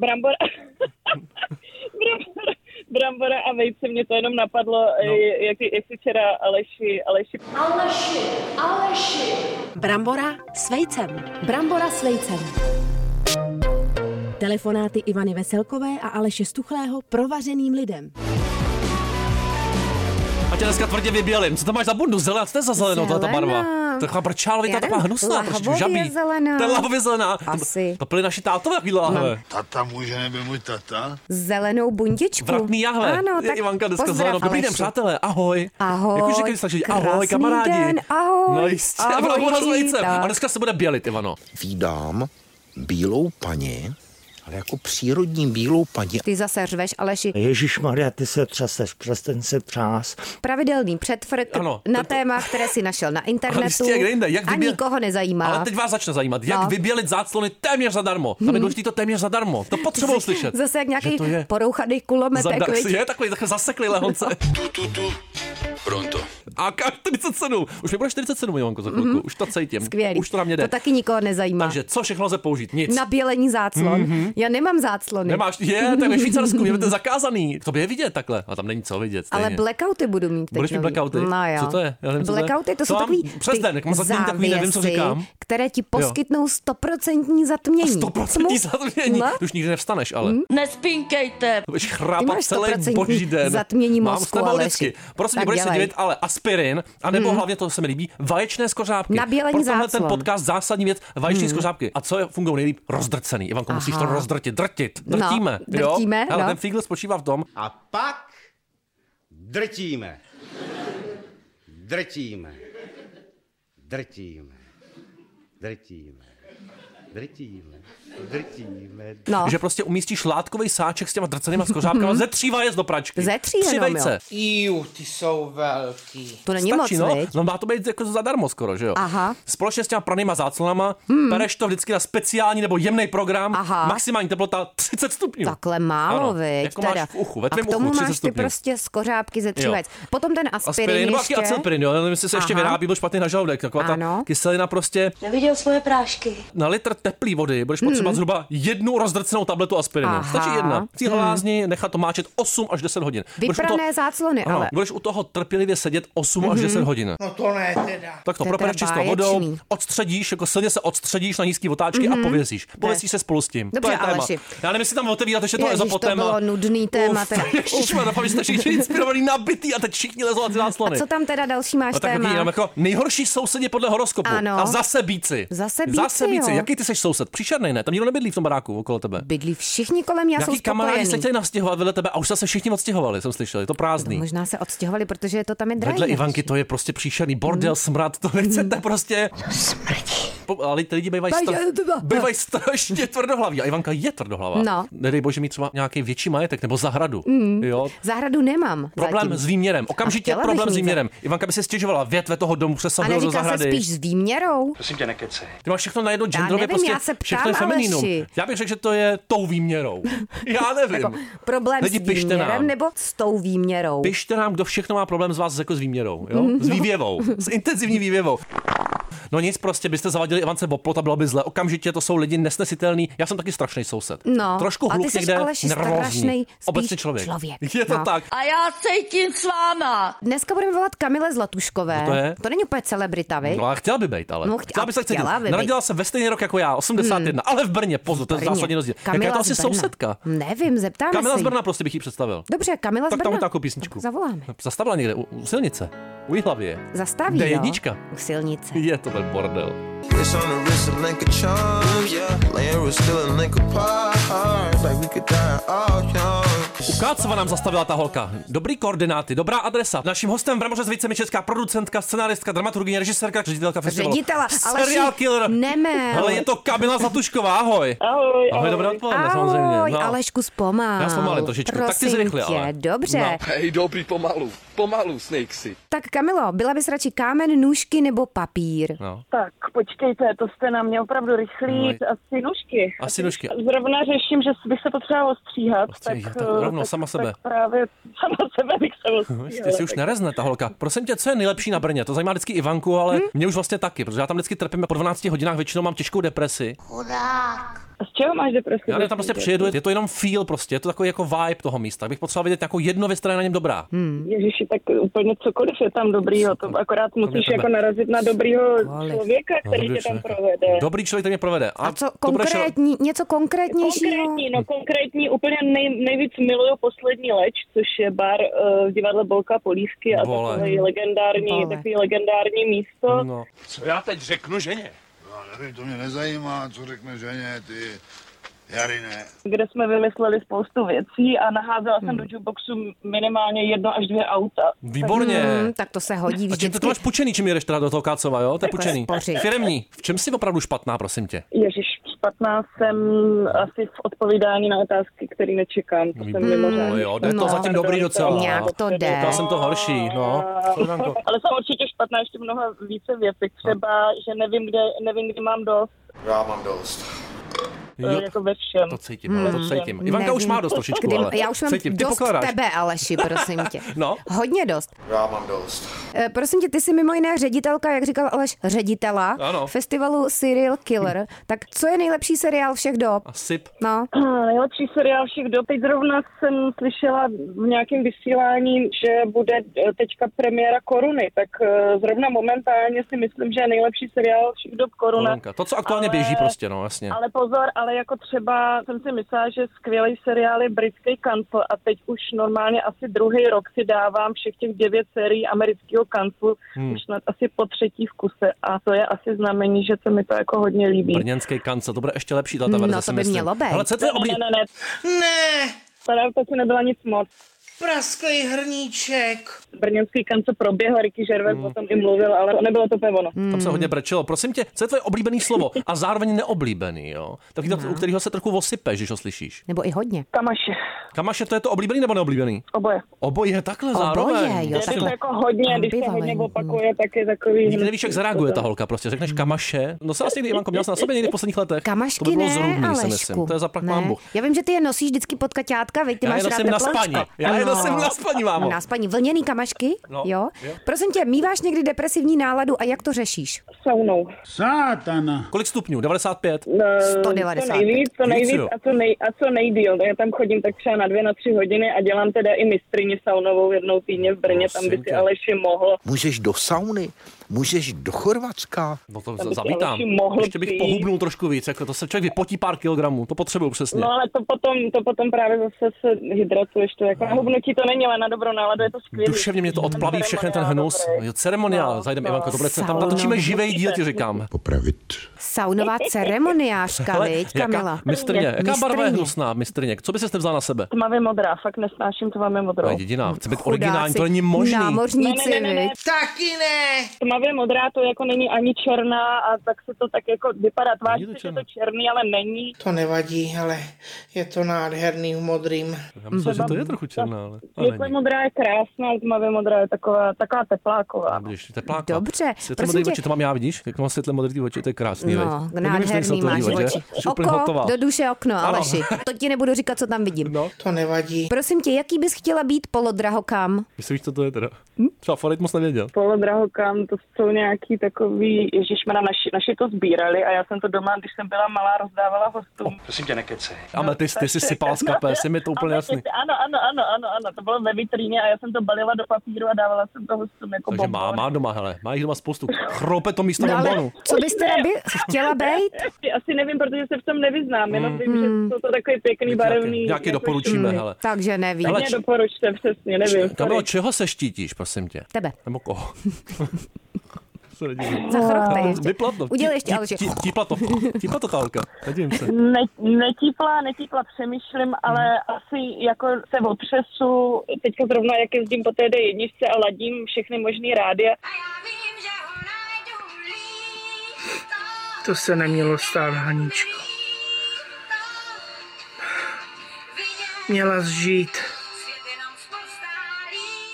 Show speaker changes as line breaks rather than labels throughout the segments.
brambora, brambora, brambora a vejce, mě to jenom napadlo, no. jak, jak si včera Aleši, Aleši
Aleši, Aleši.
Brambora s vejcem. Brambora s vejcem. Telefonáty Ivany Veselkové a Aleše Stuchlého provařeným lidem.
A tě dneska tvrdě vybělim. Co tam máš za bundu? Zelená, co to je za zelenou, tato
Zelená.
barva? Taková brčálovitá,
Já
taková
nevím,
hnusná, trošičku
lahově
žabí.
zelená.
To je lahově zelená. To-
Asi.
To byly naši tátové chvíle lahve.
Tata můj, že nebyl můj tata?
Zelenou bundičku.
Vratný jahle.
Ano,
Je
tak
Ivanka dneska
pozdrav,
zelenou. Dobrý
Aleši.
den, přátelé. Ahoj.
Ahoj,
Jak už říkají staří, ahoj,
krásný
kamarádi.
den, ahoj,
No jistě,
ahoj,
ahoj, s vejcem.
tak.
A dneska se bude bělit, Ivano.
Vídám bílou paní, ale jako přírodní bílou paní.
Ty zase řveš, Aleši.
Ježíš Maria, ty se třeseš, přestaň se třás.
Pravidelný předfrt
Ano,
na
tento-
téma, které si našel na
Ale
internetu
jistě, jak jinde, jak
a
vybě-
nikoho nezajímá.
Ale teď vás začne zajímat, jak
No.
vybělit záclony téměř zadarmo. Tam je důležité to téměř zadarmo. To potřebuji slyšet.
Zase jak
Že
nějaký
to je-
porouchaný kulometek,
Zadar,
viď?
je takový, takový zaseklý lehonce.
Tu, tu, tu. Pronto.
A ka- 47. Už mi bude 47, Ivanko, za chvilku. Už to cítím.
Mhm. Skvělý.
Už to na mě
to
jde.
taky nikoho nezajímá.
Takže co všechno lze použít? Nic.
Nabělení záclon. Já nemám záclony.
Nemáš, je, tak ve Švýcarsku, je to zakázaný. To by je vidět takhle. A tam není co vidět. Stejně.
Ale blackouty budu mít teď
Budeš mít
nový.
blackouty?
No jo.
Co to je? Já nevím, co to je.
blackouty, to
To
jsou
mám
takový
přes
ty
den, jak mám zatměný takový, nevím, co
závěsy,
říkám.
které ti poskytnou stoprocentní zatmění.
100%
Smut-
zatmění.
No.
To Už nikdy nevstaneš, ale.
Nespinkejte.
To budeš
Mhm. Ty
chrápat
máš
celý
100%
boží den.
zatmění
Mám
mozku,
s tebou
Aleši.
vždycky. Prosím, tě,
Tak
budeš se
dělej.
divit, ale aspirin, anebo hlavně to se mi líbí, vaječné skořápky.
Nabělení
Pro tenhle ten
záclon. Mhm.
podcast zásadní věc, vaječní skořápky. A co je, fungují nejlíp? Rozdrcený. Ivanko, musíš to
Aha.
rozdrtit, drtit.
No,
Drtíme. jo?
drtíme,
Ale
no.
ten fígl spočívá v tom,
A pak drtíme. Drtíme. Drtíme. Drtíme. Drtíme. Drtíme.
No.
že prostě umístíš látkový sáček s těma drcenýma skořápkama ze tří vajec do pračky.
Ze tří
Tři
jenom,
vejce.
Iu, ty jsou velký.
To není
Stačí,
moc,
no.
viď?
no, má to být jako zadarmo skoro, že jo?
Aha. Hmm.
Společně s těma pranýma záclonama pereš to vždycky na speciální nebo jemný program.
Aha.
Maximální teplota 30 stupňů.
Takhle málo,
Ano,
viď?
Jako
teda.
máš v uchu, ve
a
tvém
k tomu
uchu 30
máš ty
stupňů.
prostě skořápky ze tří
Jo.
vajec. Potom ten aspirin,
Aspirin, nebo taky
ještě.
acelpirin, jo, nevím, jestli se ještě
Aha.
vyrábí, byl špatný na žaludek, taková ta
Ano.
kyselina prostě.
Neviděl svoje prášky.
Na litr teplý vody budeš potřebovat zhruba jednu rozdrcenou tabletu aspirinu.
Hmm. Aha.
Stačí jedna. Cíl hmm. lázni, nechat to máčet 8 až 10 hodin. Budeš u
Vyprané záclony,
ano,
ale. Mhm.
budeš u toho trpělivě sedět 8 až 10 hodin.
No to ne teda.
Tak to
To je
propereš
teda
čistou vodou,
báječný. Mhm.
odstředíš, jako silně se odstředíš na nízký otáčky a pověsíš. Pověsíš se spolu s tím. to
Dobře,
je téma.
Aleši.
Já nevím, jestli tam otevírat ještě to
Ježiš,
ezopo
to bylo nudný téma. teda.
Ježišmar, doufám, že jste všichni inspirovaný, nabitý a teď všichni lezou na ty
A
záclony.
co tam teda další máš
No tak
téma?
hodí, jenom jako nejhorší sousedě podle horoskopu.
Ano.
A zase bíci.
Zase bíci,
Zase bíci.
jo.
Jaký ty seš soused? Příšerný, ne? Tam nikdo nebydlí v tom baráku okolo tebe.
Bydlí všichni kolem, já jsou
Jaký kamarádi se
spokojený.
chtěli navstěhovat vedle tebe a už se všichni odstěhovali, jsem slyšel. Je to prázdný.
Možná se odstěhovali, protože je to tam je Hmm. drahý.
Vedle
ne?
Ivanky to je prostě příšerný bordel, smrad, to nechcete prostě. Po- Ale ty lidi bývají,
Bej-
stra...
to bylo-
bývají strašně tvrdohlaví. A Ivanka je tvrdohlavá.
No.
Nedej bože mít třeba nějaký větší majetek nebo zahradu. Jo.
Zahradu nemám.
Problém
zatím.
s výměrem. Okamžitě
chtěla bych
problém s
mít
výměrem. Ivanka by se stěžovala větve toho domu
A
přesahuje do
neříká se
zahrady.
spíš s výměrou?
Ty máš všechno najednou genderově,
nevím,
prostě
já se ptám,
všechno je femininum.
Aleši. Jako-
Já bych řekl, že to je tou výměrou. Já nevím.
Problém
Lidi,
s
pište
výměrem
nám.
nebo s tou výměrou?
Pište nám, kdo všechno má problém s vás jako s výměrou, jo?
Mhm.
S vývěvou, s intenzivní vývěvou. No nic, prostě byste zavadili Ivance Boplot a bylo by zle. Okamžitě to jsou lidi nesnesitelní. Já jsem taky strašný soused.
No,
Trošku
a ty
hluk
seš,
někde,
Aleši,
nervózní.
strašnej spíš
Obecně člověk.
člověk.
Je to
No.
tak.
A já cítím s váma.
Dneska budeme volat Kamile Zlatuškové.
Kdo to je?
to není úplně celebrita, vy?
No a chtěla by být, ale.
No, chtěla-
chtěla by se chtěla
chtěla by
by
být. Hmm.
Narodila se ve stejný rok jako já, 81, ale v Brně, pozor, to je zásadní rozdíl. Jaká je to asi sousedka?
Nevím, zeptáme
Kamila
se.
z
jí.
Brna prostě bych ji představil.
Dobře, Kamila z
Tak
Brna.
tam je takovou písničku.
Tak Zavoláme.
Zastavila někde u, u silnice, u Jihlavy je.
Zastaví,
Kde je
jo?
jednička?
U silnice.
Je to ten bordel.
It's on the wrist of Link of charms, yeah. Laying was still a link apart. Like we could die all young.
U Kácova nám zastavila ta holka. Dobrý koordináty, dobrá adresa. Naším hostem v Ramoře Zvice je česká producentka, scenáristka, dramaturgyně, režisérka, ředitelka festivalu.
Ředitela, ale
Serial
ši-
killer.
Nemel.
Ale je to Kamila Zlatušková, ahoj.
Ahoj,
Ahoj, dobré odpoledne,
Ahoj,
samozřejmě. No.
Alešku, zpomal.
Já zpomalím trošičku, tak ty
Prosím
zrychli,
tě,
ale.
Dobře.
No.
Hej, dobrý, pomalu. Pomalu, Snakesy.
Tak Kamilo, byla bys radši kámen, nůžky nebo papír?
No.
Tak, počkejte, to jste na mě opravdu rychlí.
No.
Asi nůžky.
Asi nůžky.
Zrovna řeším, že bych se potřebovala ostříhat.
Ostříhat,
tak,
tak
eh,
rovnou,
tak,
sama sebe.
Tak právě sama sebe bych se ostříhala.
Ty si už nerezne, ta holka. Prosím tě, co je nejlepší na Brně? To zajímá vždycky
Hm?
Ivanku, ale mě už vlastně taky, protože já tam vždycky trpím a po 12 hodinách většinou mám těžkou depresi.
Chudák.
A z čeho máš depresi?
Já ne, tam prostě přijedu, je to jenom feel prostě, je to takový jako vibe toho místa. Bych potřeboval vidět jako jedno věc, která je na něm dobrá.
Hmm. Ježiši, tak úplně cokoliv je tam dobrýho, to akorát musíš
tebe.
jako narazit na dobrýho člověka, který
dobrý
tě tam
člověk.
provede.
No, Dobrý člověk, který mě provede. A,
Co
to bude šel-
konkrétní, něco konkrétnějšího?
Konkrétní, no konkrétní, úplně nej, nejvíc miluju poslední leč, což je bar eh, v divadle Bolka Polívky a
Vole.
takový legendární,
Vole.
takový legendární místo.
No.
Co já teď řeknu ženě? No, nevím, to mě nezajímá, co řekne ženě, ty Jarine.
kde jsme vymysleli spoustu věcí a naházela jsem
Hmm.
do jukeboxu minimálně jedno až dvě auta.
Výborně.
Hm, tak to se hodí
A čím to, to
vždycky.
máš pučený, čím jedeš teda do toho Kácova, jo? To je pučený.
spořit.
Firemní. V čem jsi opravdu špatná, prosím tě?
Ježíš, špatná jsem asi v odpovídání na otázky, které nečekám. To jsem
No
mimořádně.
jo, jde to
No.
zatím dobrý docela.
Nějak to jde.
Čekal jsem to horší, no. Slovenko.
Ale jsem určitě špatná ještě mnoha více věcí.
No.
Třeba, že nevím, kde, nevím, kde mám dost,
Já mám dost.
Jo,
jako ve všem.
to cítím, ale to cítím. Ivanka už
Hmm, Nevím.
má dost trošičku,
Kdy,
ale
já už mám
cítím. Ty
dost
pokládáš.
tebe, Aleši, prosím tě.
No.
Hodně dost.
Já mám dost.
E, Prosím tě, ty jsi mimo jiné ředitelka, jak říkal Aleš, ředitela
Ano. Hm.
festivalu Serial Killer. Tak co je nejlepší seriál všech dob?
A syp.
No,
Ah, Nejlepší seriál všech dob. Teď zrovna jsem slyšela v nějakém vysílání, že bude eh, teďka premiéra Koruny, tak eh, zrovna momentálně si myslím, že je nejlepší seriál všech dob Koruna.
Slovenka. To, co aktuálně
Ale-
běží prostě, no, jasně.
Ale pozor, ale jako třeba jsem si myslela, že skvělý seriál je britský kancel a teď už normálně asi druhý rok si dávám všech těch devět sérií amerického kanclu, hmm. už snad asi po třetí v kuse a to je asi znamení, že se mi to jako hodně líbí.
Brněnský kancel, to bude ještě lepší tato verze,
No, to
si
by
myslím.
mělo být.
Ale co je tvoje oblí...
Ne, ne, ne,
Ne,
teda to si nebyla nic moc.
prasklý hrníček.
Brněnský kancel proběhl, Ricky Gervais hmm. o tom i mluvil, ale nebylo to úplně ono.
Tam
Hmm.
se hodně brečelo. Prosím tě, co je tvoje oblíbený slovo a zároveň neoblíbený, jo? Taky
No.
to, u kterého se trochu osypeš, když ho slyšíš.
nebo i hodně.
Kamaše,
Kamaše, to je to oblíbený nebo neoblíbený?
oboje.
Oboje takhle
Oboje,
zároveň.
jo,
Je to
takhle.
jako hodně, když se hodně
Ambivalentní.
opakuje, tak je takový...
Nikdy nevíš, jak zareaguje ta holka, prostě řekneš kamaše. No se asi někdy, Ivanko, měl jsem na sobě někdy v posledních letech. to
Hmm. Kamašky
by bylo
ne,
zrůdný, si
Alešku.
myslím. To je za plak
Ne.
pán Bůh.
Já vím, že ty je nosíš vždycky pod kaťátka, veď ty
Já
máš
je
rád
nosím na
teplončko.
spaní. Já je
Ano.
nosím na spaní, mámo.
Na spaní, vlněný kamašky,
No,
jo?
jo.
Prosím tě, míváš někdy depresivní náladu a jak to řešíš?
Saunou.
Sátana.
Kolik stupňů? 95?
Eh,
190.
Co nejvíc, co
Víc,
nejvíc
jo.
a co, nej, a co nejdíl. Já tam chodím tak třeba na dvě, na tři hodiny a dělám teda i mistrině saunovou jednou týdně v Brně, tam by
Prosím
si
tě.
Aleši mohl.
Můžeš do sauny, můžeš do Chorvatska.
No to
bych
zamítám.
Aleši mohl
Ještě bych
přijít.
pohubnul trošku víc, jako to se člověk vypotí pár kilogramů, to potřebuju přesně.
No ale to potom, to potom právě zase se hydratuješ, to jako na hubnutí to není, ale na dobrou náladu je to skvělé.
Duševně mě to odplaví všechny ten hnus. Jo, Ceremoniál,
No,
zajdeme,
no.
Ivanko, to bude, tam
Sauna.
natočíme živý díl, ti říkám.
Popravit.
Saunová ceremoniářka,
Ale
viď,
jaká,
Kamila?
mistrně, jaká barva je
Mistrně.
hnusná, mistrně? Co by ses nevzala na sebe?
Tmavě modrá, fakt nesnáším tmavě
To
modrou.
je jediná, chce být
Chudáci,
originální, to není možný.
Námořníci,
Ne, ne, ne, ne, ne.
viď?
Taky ne.
Tmavě modrá to jako není ani černá a tak se to tak jako vypadá. Tváří
to
se, že
černá.
to černý, ale není.
To nevadí, ale je to nádherný v modrým.
Já myslím, že to je trochu černá, ale ale
Tmavě
není.
modrá je krásná, ale tmavě modrá je taková, taková tepláková.
Vidíš, tepláka.
Dobře,
Světle
prosím
modrý
tě-
oči, to mám já, vidíš? Jak mám světle modrý oči, to je krásný. veď.
No,
To nevím, jestli jsou
nádherný
to
máš
líbí, že?
oči.
Jsi úplně
Oko
hotová.
do duše okno,
Ano.
Aleši. To ti nebudu říkat, co tam vidím.
No,
To nevadí.
Prosím tě, jaký bys chtěla být polodraho kam?
myslíš, co to je teda?
Hm?
Třeba Farid moc nevěděl.
polodrahokam, to jsou nějaký takový, ježišmana, naši, naši to sbírali a já jsem to doma, když jsem byla malá, rozdávala hostům.
Prosím tě, nekecej.
Ametisty si sypal z kapes, je mi to úplně jasný.
Ametisty, Ano, ano, ano, ano, ano, to bylo ve vitríně a já jsem to balila do papíru a dávala jsem to hostům jako
Takže má,
bonbon.
má doma, hele, má jich doma spoustu. Chrope to místo
No, ale
bonbonu.
co bys teda by chtěla být?
Asi- Asi nevím, protože se v tom nevyznám, jenom vím, že jsou to takový pěkný, barevný.
Hmm. Nějaký
jako
doporučíme, hele.
Takže nevím.
Ale-
Mě doporučte, přesně, nevím.
Kamilo,
sorry.
čeho se štítíš, prosím tě?
Tebe.
Nebo koho? se nedivím.
Zachropte ještě.
Vyplatno.
Udělej ještě, Aleši.
Típla to, típla to ta holka. Nedivím se.
Ne, netípla, netípla přemýšlím, ale
Hmm.
asi jako se otřesu, teďka zrovna jak jezdím po té D1 a ladím všechny možný rádia,
To se nemělo stát, Haničko. Měla zžít.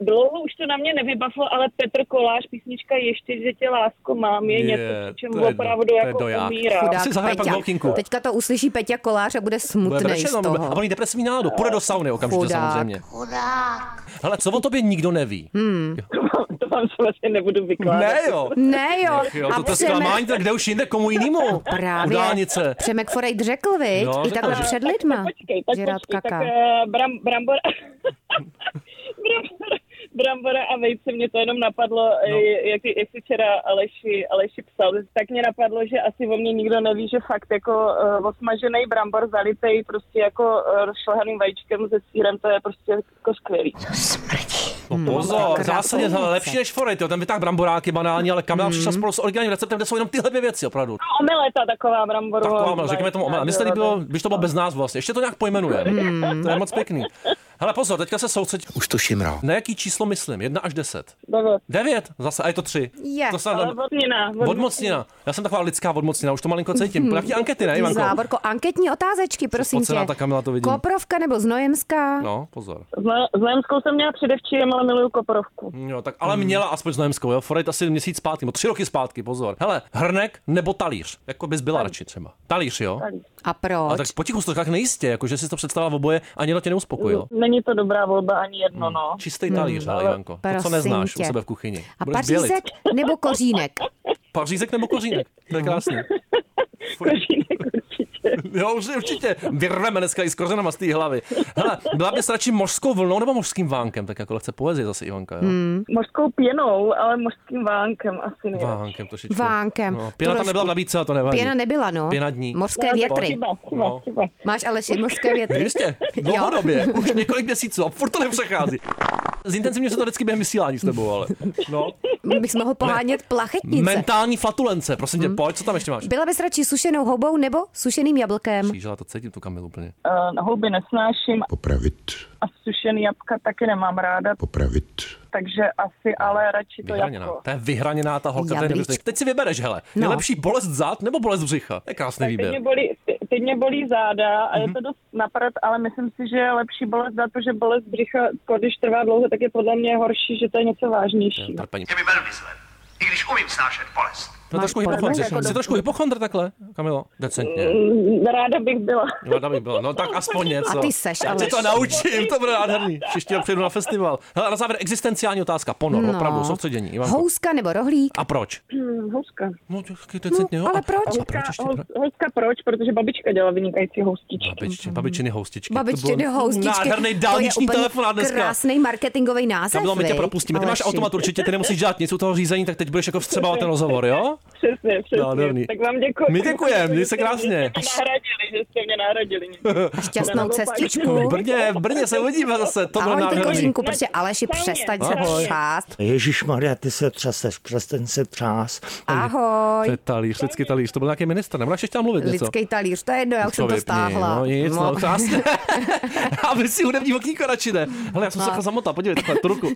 dlouho už to na mě nevybavilo, ale Petr Kolář, písnička Ještě, že tě lásko mám, je,
Je,
něco, čemu
to je do-
opravdu
to je
jako
doják.
umírám.
Chudák. si zahraj pak walkinku.
Teďka to uslyší Peťa Kolář a bude
Bude
smutný z
brečet, no, a
toho.
on jí depresivní náladu, půjde do sauny okamžitě
Chudák. Hmm.
samozřejmě. Chudák. Hele, co o tobě nikdo neví?
To vám samozřejmě nebudu vykládat.
Ne jo.
No, Ne jo.
Ach jo, to je
Přemek-
zklamání, tak kde už jinde komu jinému? U
Právě.
dálnice.
Přemek Forejt řekl, viď?
No,
I
řekl,
takhle
že-
před lidma.
Počkej, tak
že rád
počkej, tak
kaká.
eh, bram, brambor... brambor... Brambora a vejce, mě to jenom napadlo, no. jak, jak jsi včera Aleši, Aleši psal, tak mě napadlo, že asi o mě nikdo neví, že fakt jako uh, osmažený brambor zalitej prostě jako uh, rozšlehaným vajíčkem se sírem, to je prostě jako skvělý.
No pozor, v zásadě hele,
krásnice.
lepší než forejt, jo, tam by tak bramboráky, banální, ale Kamila přišla spolu s originálním receptem, kde jsou jenom tyhle dvě věci, opravdu.
No, Omeleta taková bramborová.
Taková, no, řekněme tomu omel. Mně se to líbilo,
no.
když to bylo bez nás vlastně. Ještě to nějak pojmenuje. To je moc pěkný. Hele, pozor, teďka se soustředí.
Už to šimrá.
Na jaký číslo myslím? 1 až 10.
Dobře.
9 zase, a je to 3.
Je.
To jsem
Ale vodnina.
Odmocnina. Já jsem taková lidská odmocnina, už to malinko cítím. Podle ty ankety, ne, Ivanko?
Závorko, anketní otázečky, prosím tě.
spocená, ta Kamila to vidí.
Koprovka nebo Znojemská?
No, pozor.
Zle- Zlémskou jsem měla předevčírem, ale miluju koprovku.
Jo, tak ale měla aspoň znojemskou, jo. Forejt asi měsíc zpátky, nebo tři roky zpátky, pozor. Hele, hrnek nebo talíř. Jako bys byla radši třeba. Talíř, jo.
A proč?
Ale No, tak potichu jsi to tak nejistě, jako že jsi to představila v oboje, ani to tě neuspokojilo.
Mm.
Není to dobrá volba ani jedno,
Hmm.
no.
Čistý talíř, ale Ivanko, to, co
prosím
neznáš u
tě.
sebe v kuchyni.
A
Budeš
pařízek
bělit.
nebo kořínek?
Pařízek nebo kořínek, to je krásný.
Kořínek určitě.
Jo, už určitě. Vyrveme dneska i s kořenama z té hlavy. Hele, byla bys radši mořskou vlnou nebo mořským vánkem? Tak jako lehce poezie zase, Ivanka, jo?
Hmm.
Mořskou pěnou, ale mořským vánkem asi ne.
Vánkem trošičku.
Vánkem.
No, pěna tam
Trošku.
nebyla v nabídce, ale to nevadí.
Pěna nebyla, no.
Pěna dní.
Mořské
Tak
větry.
Chyba, chyba,
No.
chyba.
Máš ale mořské větry.
Jistě, dlouhodobě, už několik měsíců a furt to nepřechází. Zintenzivně se to vždycky během vysílání s tebou, ale. No.
Bych mohl pohánět plachetnice.
Mentální flatulence, prosím tě, pojď, co tam ještě máš?
Byla bys radši sušenou houbou nebo sušeným jablkem?
Šížela, to cítím tu Kamilu úplně.
Eh, Houby nesnáším
Popravit,
a sušený jabka taky nemám ráda,
popravit.
takže asi ale radši to
Vyhraněná.
jabko.
To jako- je vyhraněná ta holka. To je
Jablíčko.
neuvěřitelný. Teď si vybereš, hele. Je
No.
lepší bolest zad nebo bolest břicha? To je krásný
Teď mě,
výběr.
bolí, te- teď mě bolí záda a
Mhm.
je to dost naprat, ale myslím si, že je lepší bolest za to, že bolest břicha, když trvá dlouho, tak je podle mě horší, že to je něco vážnější.
Trpení.
Je mi velmi zle, i když umím snášet bolest.
To je trošku hypochondr.
jako
Jsi trošku hypochondr takhle, Kamilo? Decentně.
Mm, Ráda bych byla.
No, tam by bylo. No tak aspoň něco.
A ty seš,
Já tě
Aleš.
to naučím, to bude nádherný. Příště přijdu na festival. Hele, a na závěr existenciální otázka. Ponor,
No.
opravdu, soustředění. Ivanko.
Houska nebo rohlík?
A proč?
Mm, Houska.
No, to je taky decentně, jo.
ale
A-
proč?
A proč ještě?
Hous- Houska proč? Protože babička dělala vynikající houstičky.
Babičky, babičiny houstičky.
Babičtiny houstičky.
Nádherný
To je
dálniční
úplně
telefonát dneska.
Krásný marketingový název.
Kamilo, my tě
viď,
propustíme. Ty máš
Aleši.
automat určitě, ty nemusíš dělat nic u toho řízení, tak teď budeš jako vstřebávat ten rozhovor, jo?
Přesně, přesně.
Nádherný.
Tak vám děkuji.
My děkujeme, měj se krásně.
Že jste mě nahradili, že jste mě nahradili.
Šťastnou
V
cestičku.
Brně, v Brně se uvidíme zase, to bude
Ahoj, ty
nádherný.
kořínku, protože Aleši, přestaň se
Ahoj.
třást.
Ježíš Maria, ty se třaseš, přestaň se třás.
To je
Ahoj.
talíř, lidský talíř, to byl nějaký minister, nebo ještě tam mluvit něco?
Lidský talíř, to je jedno, já už jsem to
vypni,
stáhla.
No nic, no,
No.
krásně. A vy si hudební okýnko radši ne. Hele, já jsem se
No.
takhle zamotal, podívej, takhle tu ruku.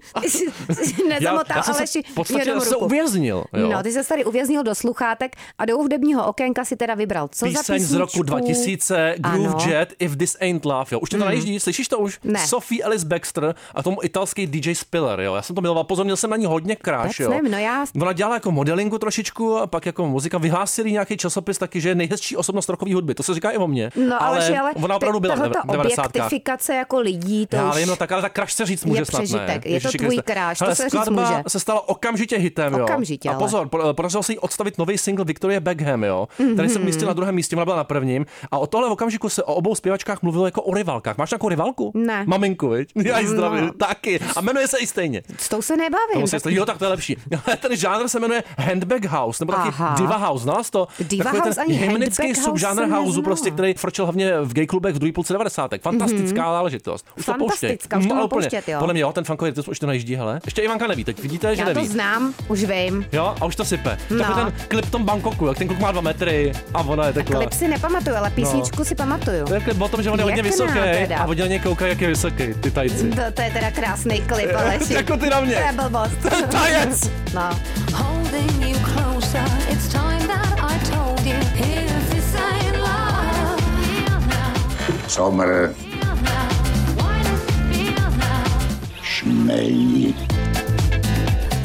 Nezamotal
já jsem
Aleši
se v podstatě
jenom
se
ruku.
uvěznil. Jo.
No, ty jsi se tady uvěznil do sluchátek a do hudebního okénka si teda vybral. Co za
Píseň z
písničku?
roku 2000, Groove
Ano.
Jet, If This Ain't Love, jo. Už to mm. najíždí, slyšíš to už?
Ne.
Sophie Ellis Baxter a tomu italský DJ Spiller, jo. Já jsem to miloval, pozor, měl jsem na ní hodně kráš,
Vůbec
jo.
nevím, no já-
Ona dělala jako modelingu trošičku a pak jako muzika vyhlásili nějaký časopis taky, že je nejhezčí osobnost rockové hudby. To se říká i o mně.
No, ale, Aleši, ale
ona opravdu byla v
tahle
deve-
ta
90.
objektifikace jako lidí, to
Já
už...
vím, no tak ale ta crush se říct může snad ne.
přežitek, je to
Ježiši
tvůj
Kriste.
crush, to
Hele,
se říct
skladba
může.
se stala okamžitě hitem, jo.
Okamžitě,
A
ale.
pozor, po- podařilo se jí odstavit nový single Victoria Beckham, jo, který
Mhm.
se umístil na druhém místě, ona byla na prvním. A o tohle okamžiku se o obou zpěvačkách mluvilo jako o rivalkách. Máš nějakou rivalku?
Ne. No.
Maminku, viď? Já ji zdravím, taky. A jmenuje se i stejně.
S tou se
To
nebavím.
musím
tak-
stát- jo, tak to je lepší. Ale ten žánr se jmenuje Handbag House, nebo taky
Aha.
Diva House, znáš to?
Diva
Takový
house
ten
ani
hymnický
handbag house
subžánr
jsem
houseu,
neznala.
prostě, který frčel hlavně v gay klubech v druhé půlce 90. Fantastická záležitost. Už
Mhm. Fantastická,
to pouštěj.
už to
Mm, ale
mám
úplně.
pouštět, jo.
Podle mě, jo, ten funkový rytmus už to najíždí, hele. Ještě Ivanka neví, teď vidíte, že
Já to
neví.
znám, už vím.
Jo, a už to sype. To
No.
byl ten klip v tom Bangkoku, jak ten kluk má dva metry a ona je taková.
Klip si nepamatuju, ale písničku si pamatuju.
No. To je klip o tom, že on je hodně
Pěkná
vysoký
teda.
a oni na něj koukají, jak je vysoký, ty tajci.
To, to je teda krásný klip, Aleši.
Jako ty na mě.
To je blbost.
Tajec!
No.
Holding you closer, it's time that I told you. If this ain't love, feel now,
Comr,
feel now. Why does it feel now?
šmej.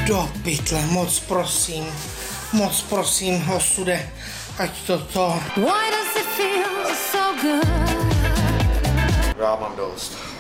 Do pytle, moc prosím, moc prosím, osude, ať to to...
Why does it feel so good?
Já mám dost.